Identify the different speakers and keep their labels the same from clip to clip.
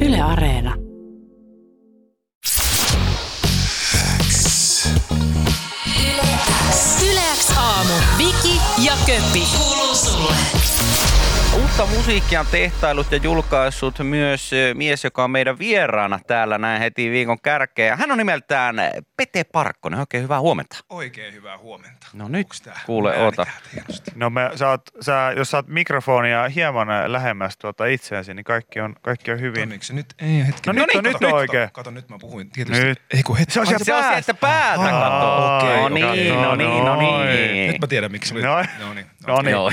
Speaker 1: Yle Areena.
Speaker 2: Yleäks aamu. Viki ja Köppi. Kuuluu sulle.
Speaker 3: Uutta musiikkia on tehtailut ja julkaissut myös ö, mies, joka on meidän vieraana täällä näin heti viikon kärkeä. Hän on nimeltään eh, Pete Parkkonen. Oikein hyvää huomenta.
Speaker 4: Oikein hyvää huomenta.
Speaker 3: No nyt,
Speaker 4: Onks tää-
Speaker 3: kuule,
Speaker 4: ääni
Speaker 3: oota.
Speaker 4: täältä hienosti?
Speaker 5: No me, sä oot, sä, jos saat mikrofonia hieman äh, lähemmäs tuota itseäsi, niin kaikki on, kaikki on
Speaker 3: niin.
Speaker 5: hyvin.
Speaker 4: Toimiiko se nyt? Ei, hetki.
Speaker 5: No nyt on, nyt on
Speaker 4: kato,
Speaker 5: oikein.
Speaker 4: Kato, nyt mä puhuin tietysti.
Speaker 5: Nyt.
Speaker 4: Ei kun hetki.
Speaker 5: Se on
Speaker 4: Ai,
Speaker 5: siellä
Speaker 3: Se on se, että päältä
Speaker 4: Ahaa,
Speaker 3: katoo.
Speaker 4: okei,
Speaker 3: no
Speaker 4: okei,
Speaker 3: niin, no niin, no niin.
Speaker 4: Nyt mä tiedän, miksi. me-
Speaker 5: No.
Speaker 4: No niin.
Speaker 5: No niin.
Speaker 3: Joo.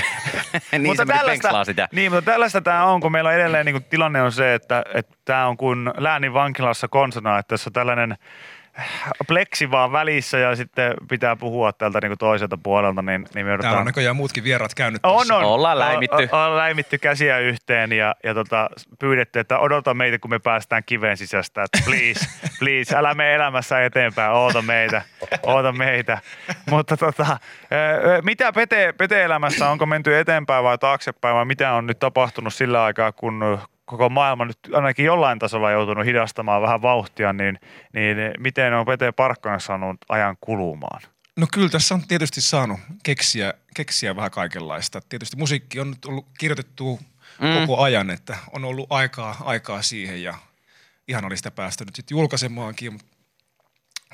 Speaker 3: niin mutta se meni penkslaa sitä.
Speaker 5: Niin, mutta tällaista tämä on, kun meillä on edelleen niin tilanne on se, että tämä on kuin läänin vankilassa konsana, että tässä on tällainen äh, pleksi vaan välissä ja sitten pitää puhua täältä niin toiselta puolelta, niin, niin me
Speaker 4: Täällä
Speaker 5: joudutaan...
Speaker 4: on näköjään muutkin vierat käynyt
Speaker 5: On,
Speaker 4: tässä.
Speaker 5: on.
Speaker 3: Ollaan
Speaker 5: O-
Speaker 3: läimitty.
Speaker 5: o- Ollaan läimitty käsiä yhteen ja, ja tota, pyydetty, että odota meitä, kun me päästään kiven sisästä. Että please, please, älä mene elämässä eteenpäin, oota meitä, oota meitä. Mutta tota, ö, mitä Pete, Pete elämässä, onko menty eteenpäin vai taaksepäin vai mitä on nyt tapahtunut sillä aikaa, kun koko maailma nyt ainakin jollain tasolla joutunut hidastamaan vähän vauhtia, niin, niin miten on Pete Parkkonen saanut ajan kulumaan?
Speaker 4: No kyllä tässä on tietysti saanut keksiä, keksiä vähän kaikenlaista. Tietysti musiikki on nyt ollut kirjoitettu mm. koko ajan, että on ollut aikaa, aikaa siihen ja ihan oli sitä päästä nyt sitten julkaisemaankin. mut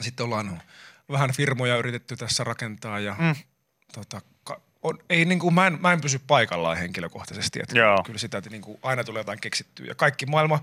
Speaker 4: Sitten ollaan vähän firmoja yritetty tässä rakentaa ja mm. tota, ka- on, ei niin kuin, mä, en, mä en pysy paikallaan henkilökohtaisesti. Että
Speaker 5: Joo.
Speaker 4: Kyllä sitä että niin kuin, aina tulee jotain keksittyä ja kaikki maailman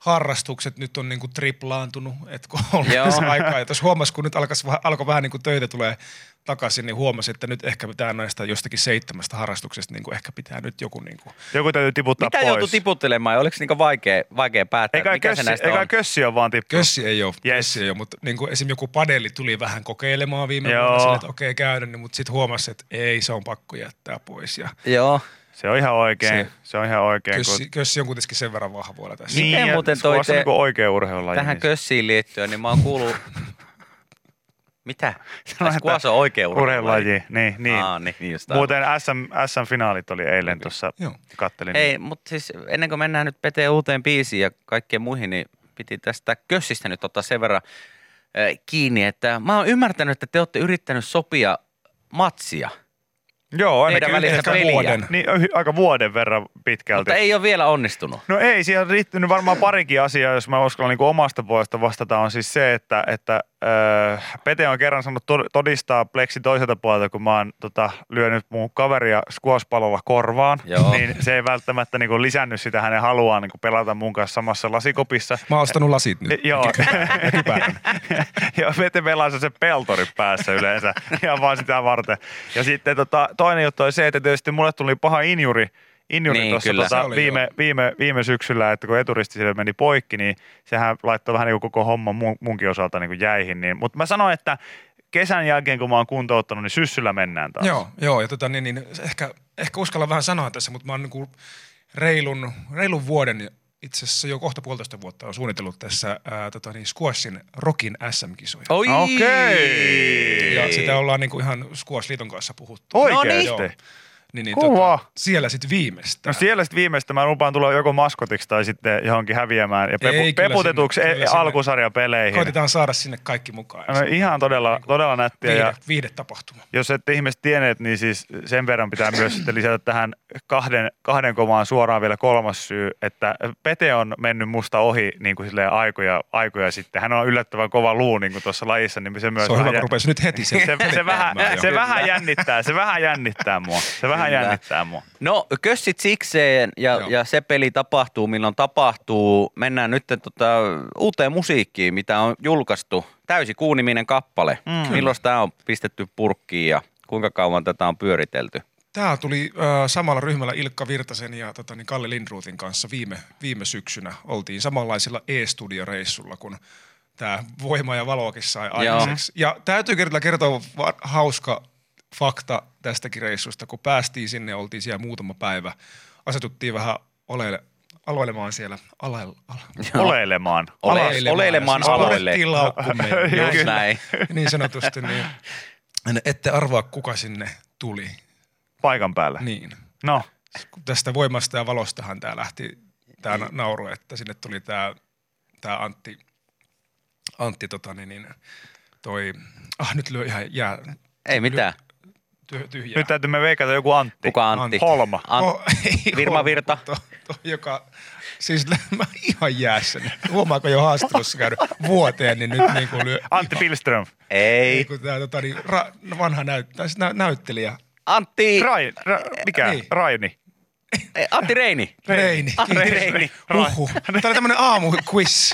Speaker 4: harrastukset nyt on niin kuin triplaantunut, että kun on
Speaker 3: Joo.
Speaker 4: tässä aikaa. Ja tuossa huomasi, kun nyt alkas, vähän- alkoi vähän niin kuin töitä tulee takaisin, niin huomasi, että nyt ehkä pitää näistä jostakin seitsemästä harrastuksesta, niin kuin ehkä pitää nyt joku niin kuin.
Speaker 5: Joku täytyy tiputtaa
Speaker 3: Mitä
Speaker 5: pois.
Speaker 3: joutui tiputtelemaan ja oliko se niinku vaikea, vaikea päättää,
Speaker 5: Eikä
Speaker 3: mikä se
Speaker 5: kössi,
Speaker 3: näistä
Speaker 5: eikä
Speaker 3: on?
Speaker 5: kössi on vaan tippunut.
Speaker 4: Kössi ei ole, yes. ei ole mutta niin kuin esimerkiksi joku padeli tuli vähän kokeilemaan viime
Speaker 5: Joo.
Speaker 4: vuonna, silleen, että okei käydä, niin, mutta sitten huomasi, että ei, se on pakko jättää pois. Ja
Speaker 3: Joo.
Speaker 5: Se on ihan oikein.
Speaker 4: Se-
Speaker 5: Se, se on ihan oikein. niin,
Speaker 4: kössi, kössi on kuitenkin sen verran vahvoilla tässä.
Speaker 3: Miten
Speaker 5: ja
Speaker 3: muuten toi
Speaker 5: kun se on
Speaker 3: te-
Speaker 5: niinku oikea urheilulaji.
Speaker 3: Tähän
Speaker 5: niin
Speaker 3: kössiin liittyen, niin mä oon kuullut... Mitä?
Speaker 5: Sanoin,
Speaker 3: Ai, Kuva
Speaker 5: että
Speaker 3: se on oikea
Speaker 5: se- urheilulaji. Niin, niin.
Speaker 3: Aa, niin, niin just
Speaker 5: muuten SM, SM-finaalit oli eilen tuossa,
Speaker 4: Joo.
Speaker 5: kattelin.
Speaker 3: Hei, mutta siis ennen kuin mennään nyt Pete uuteen biisiin ja kaikkeen muihin, niin piti tästä kössistä nyt ottaa sen verran äh, kiinni, että mä oon ymmärtänyt, että te olette yrittänyt sopia matsia,
Speaker 5: Joo,
Speaker 3: teidän
Speaker 5: ainakin.
Speaker 3: välistä
Speaker 4: ehkä
Speaker 3: peliä,
Speaker 4: vuoden.
Speaker 5: Niin, hy- aika vuoden verran pitkälti.
Speaker 3: mutta ei ole vielä onnistunut.
Speaker 5: No ei, siihen on riittynyt varmaan parikin asiaa, jos mä uskallan niin omasta puolesta vastata, on siis se, että, että öö, Pete on kerran saanut tod- todistaa pleksi toiselta puolelta, kun mä oon tota, lyönyt mun kaveria skuospalolla korvaan,
Speaker 3: Joo.
Speaker 5: niin se ei välttämättä niin kuin lisännyt sitä hänen haluaan niin kuin pelata mun kanssa samassa lasikopissa.
Speaker 4: Mä oon ostanut lasit nyt.
Speaker 5: Niin, Joo.
Speaker 4: Ja kypärän.
Speaker 5: Joo, Pete pelasi se peltori päässä yleensä, ihan vaan sitä varten. Ja sitten tota, toinen juttu on se, että tietysti mulle tuli paha injuri, injuri
Speaker 3: Niin,
Speaker 5: niin, tuossa
Speaker 3: kyllä.
Speaker 5: tota,
Speaker 4: Se oli,
Speaker 5: viime,
Speaker 4: joo.
Speaker 5: viime, viime, syksyllä, että kun eturisti siellä meni poikki, niin sehän laittoi vähän niin kuin koko homman mun, munkin osalta niin kuin jäihin. Niin. Mutta mä sanoin, että kesän jälkeen, kun mä oon kuntouttanut, niin syssyllä mennään taas.
Speaker 4: Joo, joo ja tota, niin, niin, ehkä, ehkä uskallan vähän sanoa tässä, mutta mä oon niinku reilun, reilun vuoden, itse asiassa jo kohta puolitoista vuotta on suunnitellut tässä ää, tota, niin, Squashin Rokin SM-kisoja.
Speaker 3: Oi!
Speaker 5: Okei.
Speaker 4: Ja sitä ollaan niinku ihan Squash-liiton kanssa puhuttu.
Speaker 5: Oikeesti?
Speaker 4: Joo. Niin, niin,
Speaker 5: Kova.
Speaker 4: tota, siellä sitten viimeistään.
Speaker 5: No siellä sitten viimeistä mä lupaan tulla joko maskotiksi tai sitten johonkin häviämään ja pepu,
Speaker 4: Ei, kyllä
Speaker 5: peputetuksi e-
Speaker 4: sinne-
Speaker 5: sinne,
Speaker 4: kyllä sinne.
Speaker 5: alkusarjapeleihin.
Speaker 4: Koitetaan saada sinne kaikki mukaan.
Speaker 5: No, ihan todella, todella nättiä.
Speaker 4: viihde,
Speaker 5: Ja
Speaker 4: viihde tapahtuma.
Speaker 5: jos ette ihmiset tienneet, niin siis sen verran pitää myös sitten lisätä tähän kahden, kahden komaan suoraan vielä kolmas syy, että Pete on mennyt musta ohi niin kuin silleen aikoja, aikoja sitten. Hän on yllättävän kova luu niin kuin tuossa lajissa, niin se myös
Speaker 4: Se on hyvä,
Speaker 5: vähän
Speaker 4: kun
Speaker 5: jä-
Speaker 4: rupesi nyt heti sen
Speaker 5: se, se, vähän,
Speaker 4: selittämään jo.
Speaker 5: se vähän jännittää, se vähän jännittää mua. Se vähän
Speaker 3: Kyllä.
Speaker 5: jännittää mua.
Speaker 3: No, kössit sikseen ja,
Speaker 4: Joo.
Speaker 3: ja se peli tapahtuu, milloin tapahtuu. Mennään nyt tota, uuteen musiikkiin, mitä on julkaistu. Täysi kuuniminen kappale. Mm. Milloin tämä on pistetty purkkiin ja kuinka kauan tätä on pyöritelty?
Speaker 4: Tämä tuli äh, samalla ryhmällä Ilkka Virtasen ja tota, niin Kalle Lindruutin kanssa viime, viime syksynä. Oltiin samanlaisilla e-studioreissulla, kun tämä Voima ja Valoakin sai aikaiseksi. Ja täytyy kertoa, kertoa va- hauska fakta tästäkin reissusta. Kun päästiin sinne, oltiin siellä muutama päivä, asetuttiin vähän oleille, aloilemaan siellä alail, ala,
Speaker 5: Oleilemaan.
Speaker 3: No. Ole-
Speaker 4: aleilemaan.
Speaker 3: oleilemaan
Speaker 4: Siis
Speaker 3: aloille.
Speaker 4: purettiin laukkumme.
Speaker 5: Joo,
Speaker 3: Just
Speaker 5: kyllä.
Speaker 3: näin.
Speaker 4: niin sanotusti, niin ette arvaa kuka sinne tuli.
Speaker 5: Paikan päällä.
Speaker 4: Niin.
Speaker 5: No,
Speaker 4: Kun Tästä voimasta ja valostahan tämä lähti, tämä nauru, että sinne tuli tämä tämä Antti, Antti tota, niin, niin, toi, ah nyt lyö ihan jää
Speaker 3: Ei mitään.
Speaker 4: tyh, tyhjää.
Speaker 5: Nyt täytyy me veikata joku Antti.
Speaker 3: Kuka Antti?
Speaker 5: Holma.
Speaker 3: An-
Speaker 4: Oh, ei
Speaker 3: Virma
Speaker 4: ole,
Speaker 3: Virta.
Speaker 4: Toi, toi, joka, siis mä oon ihan jäässä. nyt. Huomaako jo haastattelussa käynyt vuoteen, niin nyt niin kuin lyö,
Speaker 5: Antti Pilström.
Speaker 4: Ei,
Speaker 3: Ei.
Speaker 4: kun tää, tota, niin, ra, vanha näyt, tai siis nä, näyttelijä.
Speaker 3: Antti,
Speaker 5: Rai, ra, mikä?
Speaker 4: Niin.
Speaker 5: Raini.
Speaker 3: ei, Antti Reini.
Speaker 4: Reini.
Speaker 3: Ah,
Speaker 4: Kiitos.
Speaker 3: Reini.
Speaker 4: Huhhuh. Tämä oli tämmöinen aamuquiz.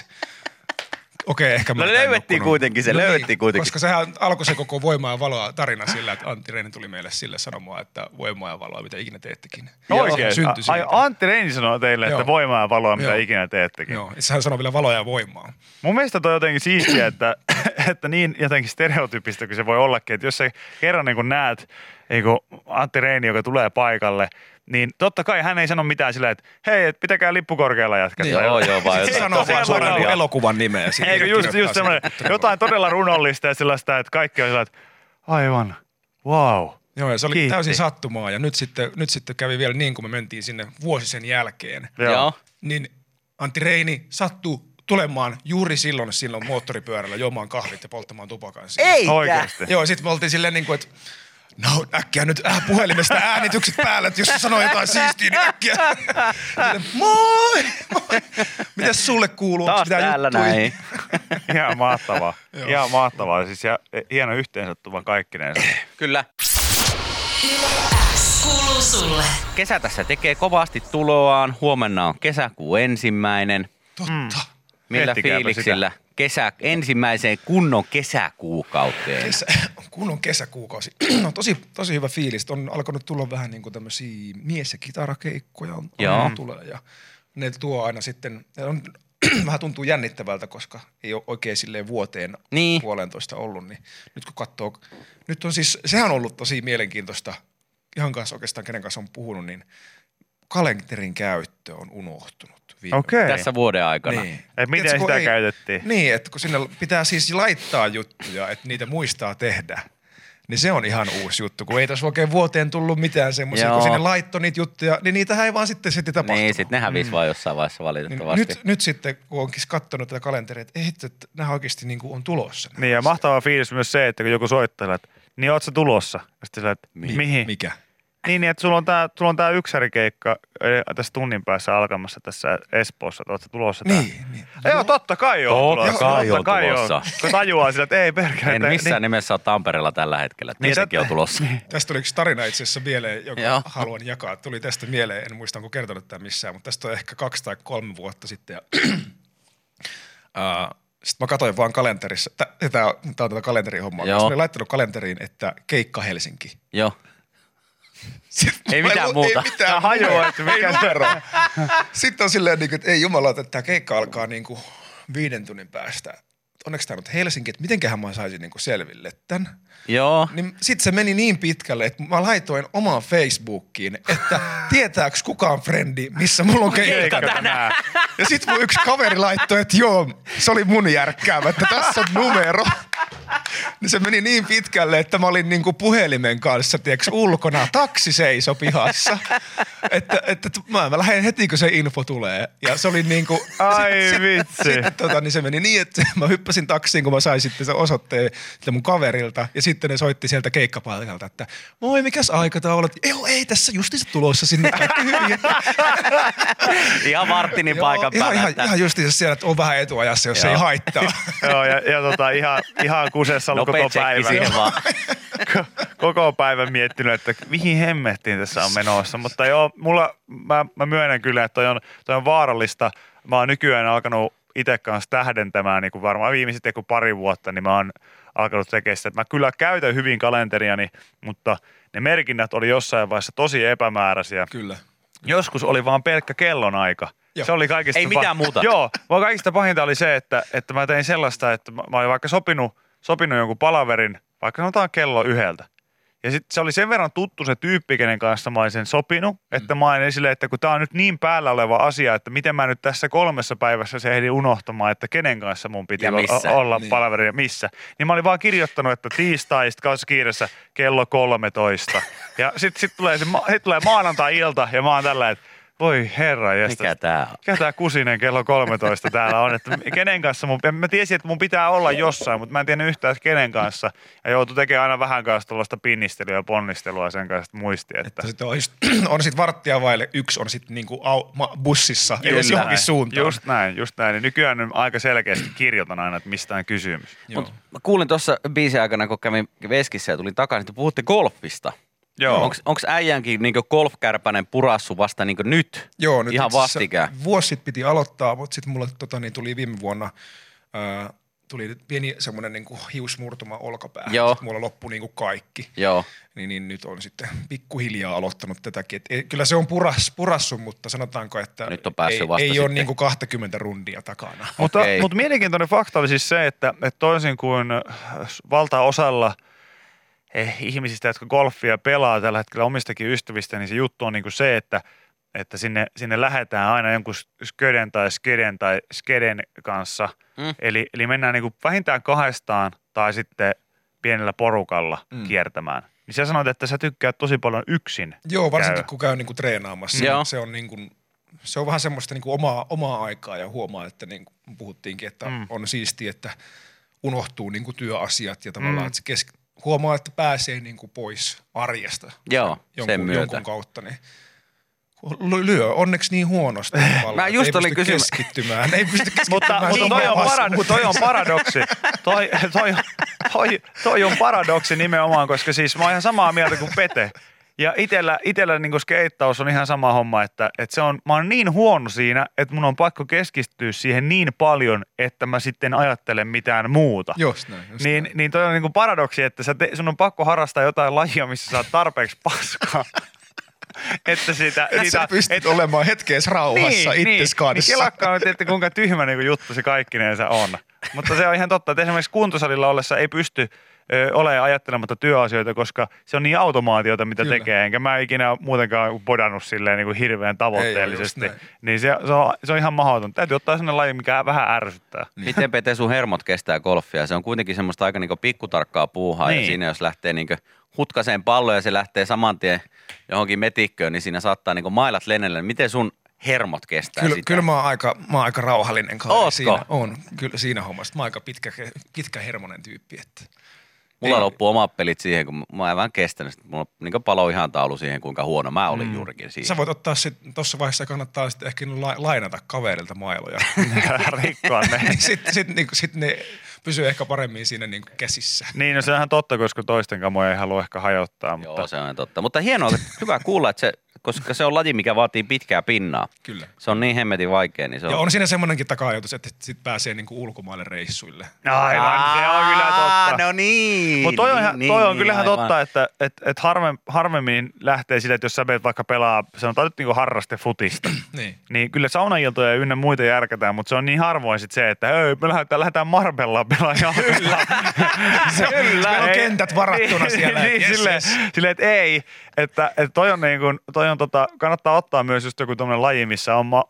Speaker 4: Okei, ehkä mä
Speaker 3: No
Speaker 4: en
Speaker 3: löydettiin
Speaker 4: nukkunut. No niin,
Speaker 3: kuitenkin se, löydettiin kuitenkin.
Speaker 4: Koska sehän alkoi se koko voimaa ja valoa tarina sillä, että Antti Reini tuli meille sille sanomaan, että voimaa ja valoa, mitä ikinä teettekin.
Speaker 3: Joo,
Speaker 5: Oikein.
Speaker 4: syntyi
Speaker 5: Ai,
Speaker 4: siitä.
Speaker 5: Antti Reini sanoi teille, että
Speaker 4: Joo.
Speaker 5: voimaa ja valoa, mitä
Speaker 4: Joo.
Speaker 5: ikinä teettekin.
Speaker 4: Joo, sehän sanoi vielä valoa ja voimaa.
Speaker 5: Mun mielestä toi on jotenkin siistiä, että, että niin jotenkin stereotyypistä kuin se voi ollakin, että jos sä kerran niin kun näet niin kun Antti Reini, joka tulee paikalle, niin totta kai hän ei sano mitään sillä, että hei, et pitäkää lippu korkealla jätkät.
Speaker 4: Niin,
Speaker 5: Tai
Speaker 3: joo, joo, vaan
Speaker 5: Ei,
Speaker 4: Se
Speaker 5: jotain.
Speaker 4: sanoo
Speaker 5: tosiaan
Speaker 4: vaan suoraan
Speaker 5: varmaan.
Speaker 4: niin elokuvan nimeä. ja sitten
Speaker 5: Eikö just,
Speaker 4: kirjoittaa
Speaker 5: just
Speaker 4: sinne
Speaker 5: semmoinen,
Speaker 4: tuttuun
Speaker 5: jotain todella runollista ja sellaista, että kaikki on sillä, että aivan, wow.
Speaker 4: Joo, ja se oli
Speaker 5: Kiitti.
Speaker 4: täysin sattumaa. Ja nyt sitten, nyt sitten kävi vielä niin, kun me mentiin sinne vuosi sen jälkeen.
Speaker 3: Joo.
Speaker 4: Niin Antti Reini sattuu tulemaan juuri silloin, silloin moottoripyörällä juomaan kahvit ja polttamaan tupakan. siinä.
Speaker 5: Oikeasti.
Speaker 4: Joo, sitten me oltiin silleen niin kuin, että no äkkiä nyt äh, puhelimesta äänitykset päällä, että jos sä sanoo jotain siistiä, niin äkkiä. Sitten, moi, moi. Mitäs sulle kuuluu? Onks
Speaker 3: Taas
Speaker 4: mitään
Speaker 3: täällä
Speaker 4: juttuja?
Speaker 3: näin.
Speaker 5: Ihan mahtavaa.
Speaker 4: Joo.
Speaker 5: Ihan mahtavaa. Siis ja, hieno yhteensattuma kaikkineen.
Speaker 3: Kyllä.
Speaker 2: Kuuluu sulle.
Speaker 3: Kesä tässä tekee kovasti tuloaan. Huomenna on kesäkuun ensimmäinen.
Speaker 4: Totta.
Speaker 3: Mm. Millä
Speaker 5: Miettikääpä
Speaker 3: fiiliksillä kesä, ensimmäiseen kunnon kesäkuukauteen?
Speaker 4: Kesä, kun on kesäkuukausi. No tosi, tosi hyvä fiilis. On alkanut tulla vähän niin kuin tämmöisiä mies- ja kitarakeikkoja. On,
Speaker 3: Joo.
Speaker 4: on, tulee ja ne tuo aina sitten, ne on, vähän tuntuu jännittävältä, koska ei ole oikein silleen vuoteen
Speaker 3: Niin.
Speaker 4: puolentoista ollut. Niin nyt kun katsoo, nyt on siis, sehän on ollut tosi mielenkiintoista. Ihan kanssa oikeastaan, kenen kanssa on puhunut, niin kalenterin käyttö on unohtunut. viime
Speaker 5: Okei.
Speaker 3: Tässä vuoden aikana.
Speaker 4: niin.
Speaker 5: Et miten
Speaker 4: Tiedätkö, kun
Speaker 5: sitä käytettiin?
Speaker 4: Niin, että kun sinne pitää siis laittaa juttuja, että niitä muistaa tehdä. Niin se on ihan uusi juttu, kun ei tässä oikein vuoteen tullut mitään semmoisia,
Speaker 3: Joo.
Speaker 4: kun sinne laittoi niitä juttuja, niin niitähän ei vaan sitten sitten tapahtunut.
Speaker 3: Niin, sitten ne hävisi vaan jossain vaiheessa
Speaker 4: Mm. Niin
Speaker 3: valitettavasti.
Speaker 4: nyt, nyt sitten, kun onkin katsonut tätä kalenteria, että ei, hitto, että nämä oikeasti niin on tulossa. nämä
Speaker 5: Niin ja
Speaker 4: asiat.
Speaker 5: mahtava fiilis myös se, että kun joku soittaa, että niin oot sä tulossa? Ja sitten sillä, että
Speaker 3: Mi-
Speaker 5: Mi- mihin? Mi-
Speaker 4: Mikä?
Speaker 3: Tota-
Speaker 5: niin, niin, että sulla on tää, sulla on tää yksärikeikka eh, tässä tunnin päässä alkamassa tässä Espoossa, että oot sä tulossa tähän?
Speaker 4: Niin, niin.
Speaker 5: Joo, totta kai on
Speaker 3: Totta
Speaker 5: tulossa.
Speaker 3: kai on
Speaker 5: on.
Speaker 3: tulossa.
Speaker 5: Kun tajuaa sillä, että ei perkele.
Speaker 3: en
Speaker 5: että-
Speaker 3: missään
Speaker 5: niin,
Speaker 3: nimessä ole Tampereella tällä hetkellä.
Speaker 5: Niin sä-
Speaker 3: Tietenkin on tulossa.
Speaker 4: Tästä tuli yksi tarina itse asiassa mieleen, jonka
Speaker 3: Joo.
Speaker 4: haluan jakaa. Tuli tästä mieleen, en muista onko kertonut tämä missään, mutta tästä on ehkä kaksi tai kolme vuotta sitten. Ja sitten mä katsoin vaan kalenterissa, tämä on tätä kalenterihommaa,
Speaker 3: Joo.
Speaker 4: Joo. mä olin laittanut kalenteriin, että keikka Helsinki.
Speaker 3: Joo.
Speaker 4: Sit
Speaker 3: Ei
Speaker 4: mä
Speaker 3: mitään
Speaker 4: lu-
Speaker 3: muuta.
Speaker 4: Ei mitään
Speaker 5: Tää hajoaa,
Speaker 4: muuta.
Speaker 5: että mikä
Speaker 4: Ei numeroa. Sitten on silleen, niin kuin, että ei jumala, että tämä keikka alkaa niin kuin viiden tunnin päästä. Onneksi tämä nyt Helsinki, että mitenköhän mä saisin niin kuin selville tämän.
Speaker 3: Joo.
Speaker 4: Niin sit se meni niin pitkälle, että mä laitoin omaan Facebookiin, että tietääks kukaan frendi, missä mulla on keikka.
Speaker 5: keikka tänään.
Speaker 4: Ja sit mun yksi kaveri laittoi, että joo, se oli mun järkkäämä, että tässä on numero. Niin se meni niin pitkälle, että mä olin niinku puhelimen kanssa, tiedätkö, ulkona. Taksi seisoi pihassa. Että, että t- mä, mä lähden heti, kun se info tulee. Ja se oli niinku...
Speaker 5: Ai
Speaker 4: sit- sit-
Speaker 5: vitsi.
Speaker 4: Sitten tota, niin se meni niin, että mä hyppäsin taksiin, kun mä sain sitten sen osoitteen siltä mun kaverilta. Ja sitten ne soitti sieltä keikkapaikalta, että moi, mikäs aikataulu? Että, Joo, ei tässä justiinsa tulossa sinne. Kaikki hyvin.
Speaker 3: Ihan varttinin
Speaker 4: Niin. Joo,
Speaker 3: paikan
Speaker 4: ihan,
Speaker 3: päällä.
Speaker 4: ihan,
Speaker 3: että
Speaker 4: ihan justiinsa siellä, että on vähän etuajassa, jos
Speaker 3: Joo.
Speaker 4: ei haittaa.
Speaker 5: Joo, ja, ja tota, ihan, ihan kusessa ollut
Speaker 3: Nopea
Speaker 5: koko
Speaker 3: tsekki
Speaker 5: päivä.
Speaker 3: siihen vaan.
Speaker 5: Ko- koko päivän miettinyt, että mihin hemmettiin tässä on menossa. Mutta joo, mulla, mä, mä myönnän kyllä, että toi on, toi on vaarallista. Mä oon nykyään alkanut itse kanssa tähdentämään, niin kuin varmaan viimeiset joku pari vuotta, niin mä oon alkanut tekemään sitä. että Mä kyllä käytän hyvin kalenteriani, mutta ne merkinnät oli jossain vaiheessa tosi epämääräisiä.
Speaker 4: Kyllä.
Speaker 5: Joskus oli vaan pelkkä kellonaika.
Speaker 4: Joo.
Speaker 5: Se oli kaikista
Speaker 3: Ei mitään muuta.
Speaker 5: Joo, vaan kaikista pahinta oli se, että, että mä tein sellaista, että mä, mä olin vaikka sopinut, sopinut jonkun palaverin, vaikka sanotaan kello yhdeltä. Ja sitten se oli sen verran tuttu se tyyppi, kenen kanssa mä olin sen sopinut, että mä olin esille, että kun tämä on nyt niin päällä oleva asia, että miten mä nyt tässä kolmessa päivässä se ehdin unohtamaan, että kenen kanssa mun piti
Speaker 3: Ja
Speaker 5: o-
Speaker 3: missä.
Speaker 5: olla
Speaker 4: Niin.
Speaker 5: niin. palaveri ja missä. Niin mä olin vaan kirjoittanut, että tiistaista kanssa kiireessä kello 13. Ja sitten sit tulee, se ma- sit tulee maanantai-ilta ja mä oon tällä, että voi herra jästä.
Speaker 3: Mikä tää on?
Speaker 5: Mikä tää kusinen kello 13 täällä on? Että kenen kanssa mun, ja mä tiesin, että mun pitää olla jossain, mutta mä en tiennyt yhtään että kenen kanssa. Ja joutuu tekemään aina vähän kanssa tuollaista pinnistelyä ja ponnistelua sen kanssa, että muisti, että,
Speaker 4: Että sit on, just, on sit varttia vaille, yksi on sitten niinku au, ma, bussissa, edes
Speaker 5: Kyllä.
Speaker 4: johonkin suuntaan.
Speaker 5: Just näin, just näin. Niin nykyään nyt aika selkeästi kirjoitan aina, että mistä on kysymys.
Speaker 4: Joo.
Speaker 3: Mä kuulin tuossa biisin aikana, kun kävin veskissä ja tulin takaisin, että puhutte golfista.
Speaker 5: Joo.
Speaker 3: Onko äijänkin niin golfkärpänen purassu vasta niin nyt?
Speaker 4: Joo, nyt
Speaker 3: Ihan
Speaker 4: itse asiassa
Speaker 3: vastikään.
Speaker 4: Vuosi sitten piti aloittaa, mutta sitten mulle tota, niin tuli viime vuonna ää, tuli pieni semmoinen niin hiusmurtuma olkapäähän.
Speaker 3: Joo.
Speaker 4: Joo. Mulla loppui niin kuin kaikki.
Speaker 3: Joo.
Speaker 4: Niin, niin, nyt on sitten pikkuhiljaa aloittanut tätäkin. Et, ei- kyllä se on puras, purassu, mutta sanotaanko, että
Speaker 3: Nyt on päässyt
Speaker 4: ei,
Speaker 3: vasta
Speaker 4: ei ole
Speaker 3: sitten.
Speaker 4: niin kuin 20 rundia takana.
Speaker 5: Mutta,
Speaker 3: Okei.
Speaker 5: mutta mielenkiintoinen fakta oli siis se, että, että toisin kuin äh, valtaosalla eh, ihmisistä, jotka golfia pelaa tällä hetkellä omistakin ystävistä, niin se juttu on niin kuin se, että, että sinne, sinne lähdetään aina jonkun sköden tai skeden tai skeden kanssa.
Speaker 3: Mm.
Speaker 5: Mm. Eli, eli mennään niin kuin vähintään kahdestaan tai sitten pienellä porukalla mm. kiertämään. Niin sä sanoit, että sä tykkäät tosi paljon yksin.
Speaker 4: Joo, varsinkin
Speaker 5: käydä.
Speaker 4: kun käy niin kuin treenaamassa.
Speaker 3: Joo.
Speaker 4: Joo. Se, on niin kuin, se on vähän semmoista niin kuin omaa, omaa aikaa ja huomaa, että niin kuin puhuttiinkin, että
Speaker 5: Mm.
Speaker 4: mm. on siistiä, että unohtuu niin kuin työasiat ja tavallaan,
Speaker 5: Mm.
Speaker 4: mm. että se kesk... huomaa, että pääsee niin kuin pois arjesta
Speaker 3: Joo, sen
Speaker 4: jonkun,
Speaker 3: myötä.
Speaker 4: jonkun kautta. Niin Ly- lyö onneksi niin huonosti.
Speaker 5: Eh,
Speaker 4: tavallaan,
Speaker 3: Mä
Speaker 4: että
Speaker 3: just
Speaker 4: ei
Speaker 3: olin
Speaker 4: pysty
Speaker 3: kysymä-
Speaker 4: keskittymään. Ei pysty
Speaker 5: Mutta,
Speaker 4: keskittymään.
Speaker 5: mutta
Speaker 4: siinä
Speaker 5: toi, on
Speaker 4: omassa-
Speaker 5: parad- toi on paradoksi. Toi, toi, toi, toi on paradoksi nimenomaan, koska siis mä oon ihan samaa mieltä kuin Pete. Ja itellä, itellä niin skeittaus on ihan sama homma, että, että se on, mä oon niin huono siinä, että mun on pakko keskittyä siihen niin paljon, että mä sitten ajattelen mitään muuta.
Speaker 4: Just näin, just
Speaker 5: Niin,
Speaker 4: näin.
Speaker 5: niin toi on niinku paradoksi, että sä te, sun on pakko harrastaa jotain lajia, missä sä oot tarpeeksi paskaa. että sitä,
Speaker 4: Että
Speaker 5: sitä
Speaker 4: sä pystyt olemaan hetkeessä rauhassa niin, itses
Speaker 5: niin
Speaker 4: kanssa.
Speaker 5: kelakkaa nyt, että kuinka tyhmä niin kuin juttu se kaikkinensa on. Mutta se on ihan totta, että esimerkiksi kuntosalilla ollessa ei pysty ö, olemaan ajattelematta työasioita, koska se on niin automaatiota, mitä Kyllä.
Speaker 4: Kyllä.
Speaker 5: tekee. Enkä mä muutenkaan muutenkaan bodannut silleen niin kuin hirveän tavoitteellisesti.
Speaker 4: Ei, just
Speaker 5: niin se, se, on, se on ihan mahdoton. Täytyy ottaa sellainen laji, mikä vähän ärsyttää.
Speaker 4: niin.
Speaker 3: Miten Pete sun hermot kestää golfia? Se on kuitenkin semmoista aika niinku pikkutarkkaa puuhaa niin. ja
Speaker 5: Niin.
Speaker 3: siinä jos lähtee niinku hutkaseen palloon ja se lähtee saman tien johonkin metikköön, niin siinä saattaa niinku mailat lennellä. Miten sun hermot kestää
Speaker 4: Kyllä,
Speaker 3: sitä?
Speaker 4: kyllä mä oon aika, mä oon aika rauhallinen
Speaker 3: Ootko?
Speaker 4: kai siinä. On, kyllä siinä hommassa. Mä oon aika pitkä, pitkä hermonen tyyppi. Että.
Speaker 3: Mulla
Speaker 4: Ei.
Speaker 3: loppuu omat pelit siihen, kun mä en vähän kestänyt. sitä. Mulla niin palo ihan taulu siihen, kuinka huono mä olin mm. juurikin siinä.
Speaker 4: Sä voit ottaa sit, tossa vaiheessa kannattaa sit ehkä la, lainata kaverilta mailoja.
Speaker 5: Rikkoa ne.
Speaker 4: sitten sit, niin, sit ne pysyy ehkä paremmin siinä niin käsissä.
Speaker 5: Niin, no se on ihan totta, koska toisten kamoja ei halua ehkä hajottaa. Mutta...
Speaker 3: Joo, se on totta. Mutta hienoa, että hyvä kuulla, että se, koska se on laji, mikä vaatii pitkää pinnaa.
Speaker 4: Kyllä.
Speaker 3: Se on niin hemmetin vaikea, niin se on.
Speaker 4: Ja on siinä semmoinenkin taka-ajatus, että sit pääsee niin ulkomaille reissuille.
Speaker 5: Aivan, se on kyllä totta.
Speaker 3: No niin.
Speaker 5: Mutta toi on,
Speaker 3: niin,
Speaker 5: ihan,
Speaker 3: niin,
Speaker 5: toi on
Speaker 3: niin,
Speaker 5: kyllähän
Speaker 3: aivan.
Speaker 5: totta, että et, et harvem, harvemmin lähtee sille, että jos sä meet vaikka pelaa, sanotaan nyt niinku harrastefutista,
Speaker 4: Niin.
Speaker 5: niin kyllä saunailtoja ynnä muita järkätään, mutta se on niin harvoin sit se, että hei, me lähdetään, lähdetään Marbellaan pelaamaan. Kyllä. se, niinku
Speaker 4: Kyllä. Meillä on
Speaker 5: ei-
Speaker 4: kentät varattuna siellä,
Speaker 5: niin,
Speaker 4: et
Speaker 5: yes,
Speaker 4: jes,
Speaker 5: silleen,
Speaker 4: jes.
Speaker 5: silleen, että ei. Että, että toi on, niin kuin, toi on tota, kannattaa ottaa myös just joku tommonen laji, missä on ma-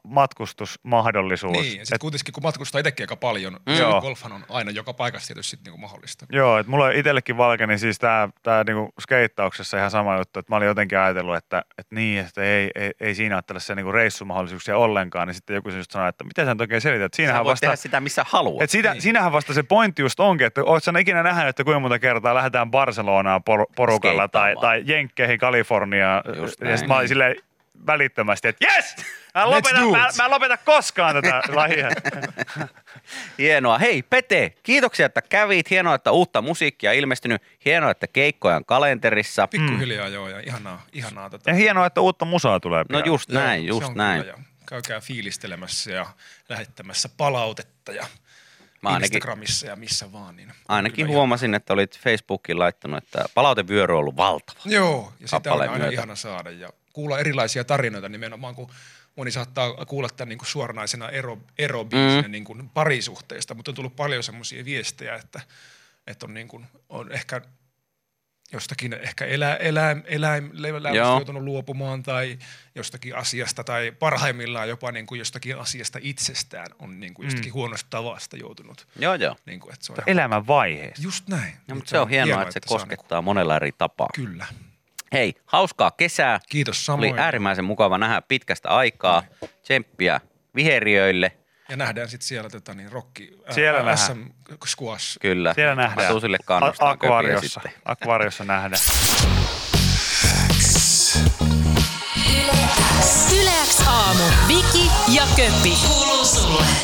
Speaker 5: matkustusmahdollisuus.
Speaker 4: Niin, ja sitten kuitenkin kun matkustaa itsekin aika paljon,
Speaker 5: Joo.
Speaker 4: mm. golfhan on aina joka paikassa tietysti sit niinku mahdollista.
Speaker 5: Joo, että mulla itsellekin valkeni siis tää, tää niinku skeittauksessa ihan sama juttu, että mä olin jotenkin ajatellut, että, että niin, että ei, ei, ei siinä ole tällaisia niinku reissumahdollisuuksia ollenkaan, niin sitten joku se just sanoi, että mitä sä nyt oikein selität,
Speaker 3: Sä
Speaker 5: että siinähän
Speaker 3: voit vasta... tehdä
Speaker 5: vasta...
Speaker 3: sitä, missä haluat.
Speaker 5: Et sitä, niin. Siinähän vasta se pointti just onkin, että oot sä ikinä nähnyt, että kuinka monta kertaa lähdetään Barcelonaan por- porukalla tai,
Speaker 3: Skeittaamaan.
Speaker 5: tai Jenkkeihin Kaliforniaan.
Speaker 3: Just
Speaker 5: Ja
Speaker 3: näin.
Speaker 5: sitten mä olin silleen välittömästi, että yes! Mä en
Speaker 4: Let's
Speaker 5: lopeta,
Speaker 4: do it.
Speaker 5: mä, mä en lopeta koskaan tätä lajia.
Speaker 3: Hienoa. Hei Pete, kiitoksia, että kävit. Hienoa, että uutta musiikkia ilmestynyt. Hienoa, että keikkoja on kalenterissa.
Speaker 4: Pikkuhiljaa joo, ja ihanaa, ihanaa tota.
Speaker 5: Ja hienoa, että uutta musaa tulee
Speaker 3: No
Speaker 5: pian.
Speaker 3: just
Speaker 4: Joo,
Speaker 3: näin,
Speaker 4: se
Speaker 3: just
Speaker 4: on
Speaker 3: näin.
Speaker 4: Kyllä, ja käykää fiilistelemässä ja lähettämässä palautetta ja
Speaker 3: Mä ainakin-
Speaker 4: Instagramissa ja missä vaan. Niin
Speaker 3: Ainakin
Speaker 4: Kyllä
Speaker 3: huomasin, että olit Facebookiin laittanut, että palautevyöry on ollut valtava.
Speaker 4: ihan- Joo, ja sitä on
Speaker 3: kappaleen
Speaker 4: aina
Speaker 3: myötä.
Speaker 4: ihana saada ja kuulla erilaisia tarinoita nimenomaan, kun moni saattaa kuulla tämän niin kuin suoranaisena ero,
Speaker 3: Mm.
Speaker 4: erobiisinä niin kuin parisuhteesta, mutta on tullut paljon semmoisia viestejä, että, että on, niin kuin, on ehkä jostakin ehkä elä, eläim, eläim, eläim
Speaker 3: Joo.
Speaker 4: joutunut luopumaan tai jostakin asiasta tai parhaimmillaan jopa niin kuin jostakin asiasta itsestään on niin
Speaker 3: Mm.
Speaker 4: kuin jostakin huonosta tavasta joutunut.
Speaker 3: Joo, joo.
Speaker 4: Niin kuin, että se on ihan-
Speaker 5: Elämän vaiheessa.
Speaker 4: Just näin.
Speaker 3: No, mutta No, se on hienoa, että se
Speaker 4: saa
Speaker 3: koskettaa monella eri tapaa.
Speaker 4: Niinku, niin kyllä.
Speaker 3: Hei, hauskaa kesää.
Speaker 4: Kiitos
Speaker 3: Oli
Speaker 4: samoin.
Speaker 3: äärimmäisen mukava nähdä pitkästä aikaa. Tsemppiä viheriöille.
Speaker 4: Ja nähdään sitten siellä tota, niin, rokki,
Speaker 5: Siellä nähdään.
Speaker 4: SM Squash.
Speaker 3: Kyllä.
Speaker 5: Siellä nähdään.
Speaker 3: Mä Susille kannustan
Speaker 5: A-
Speaker 3: köpiä
Speaker 5: akvaariossa.
Speaker 3: sitten.
Speaker 5: Akvaariossa nähdään.
Speaker 2: Yleäks aamu. Viki ja Köppi. Kuuluu sulle.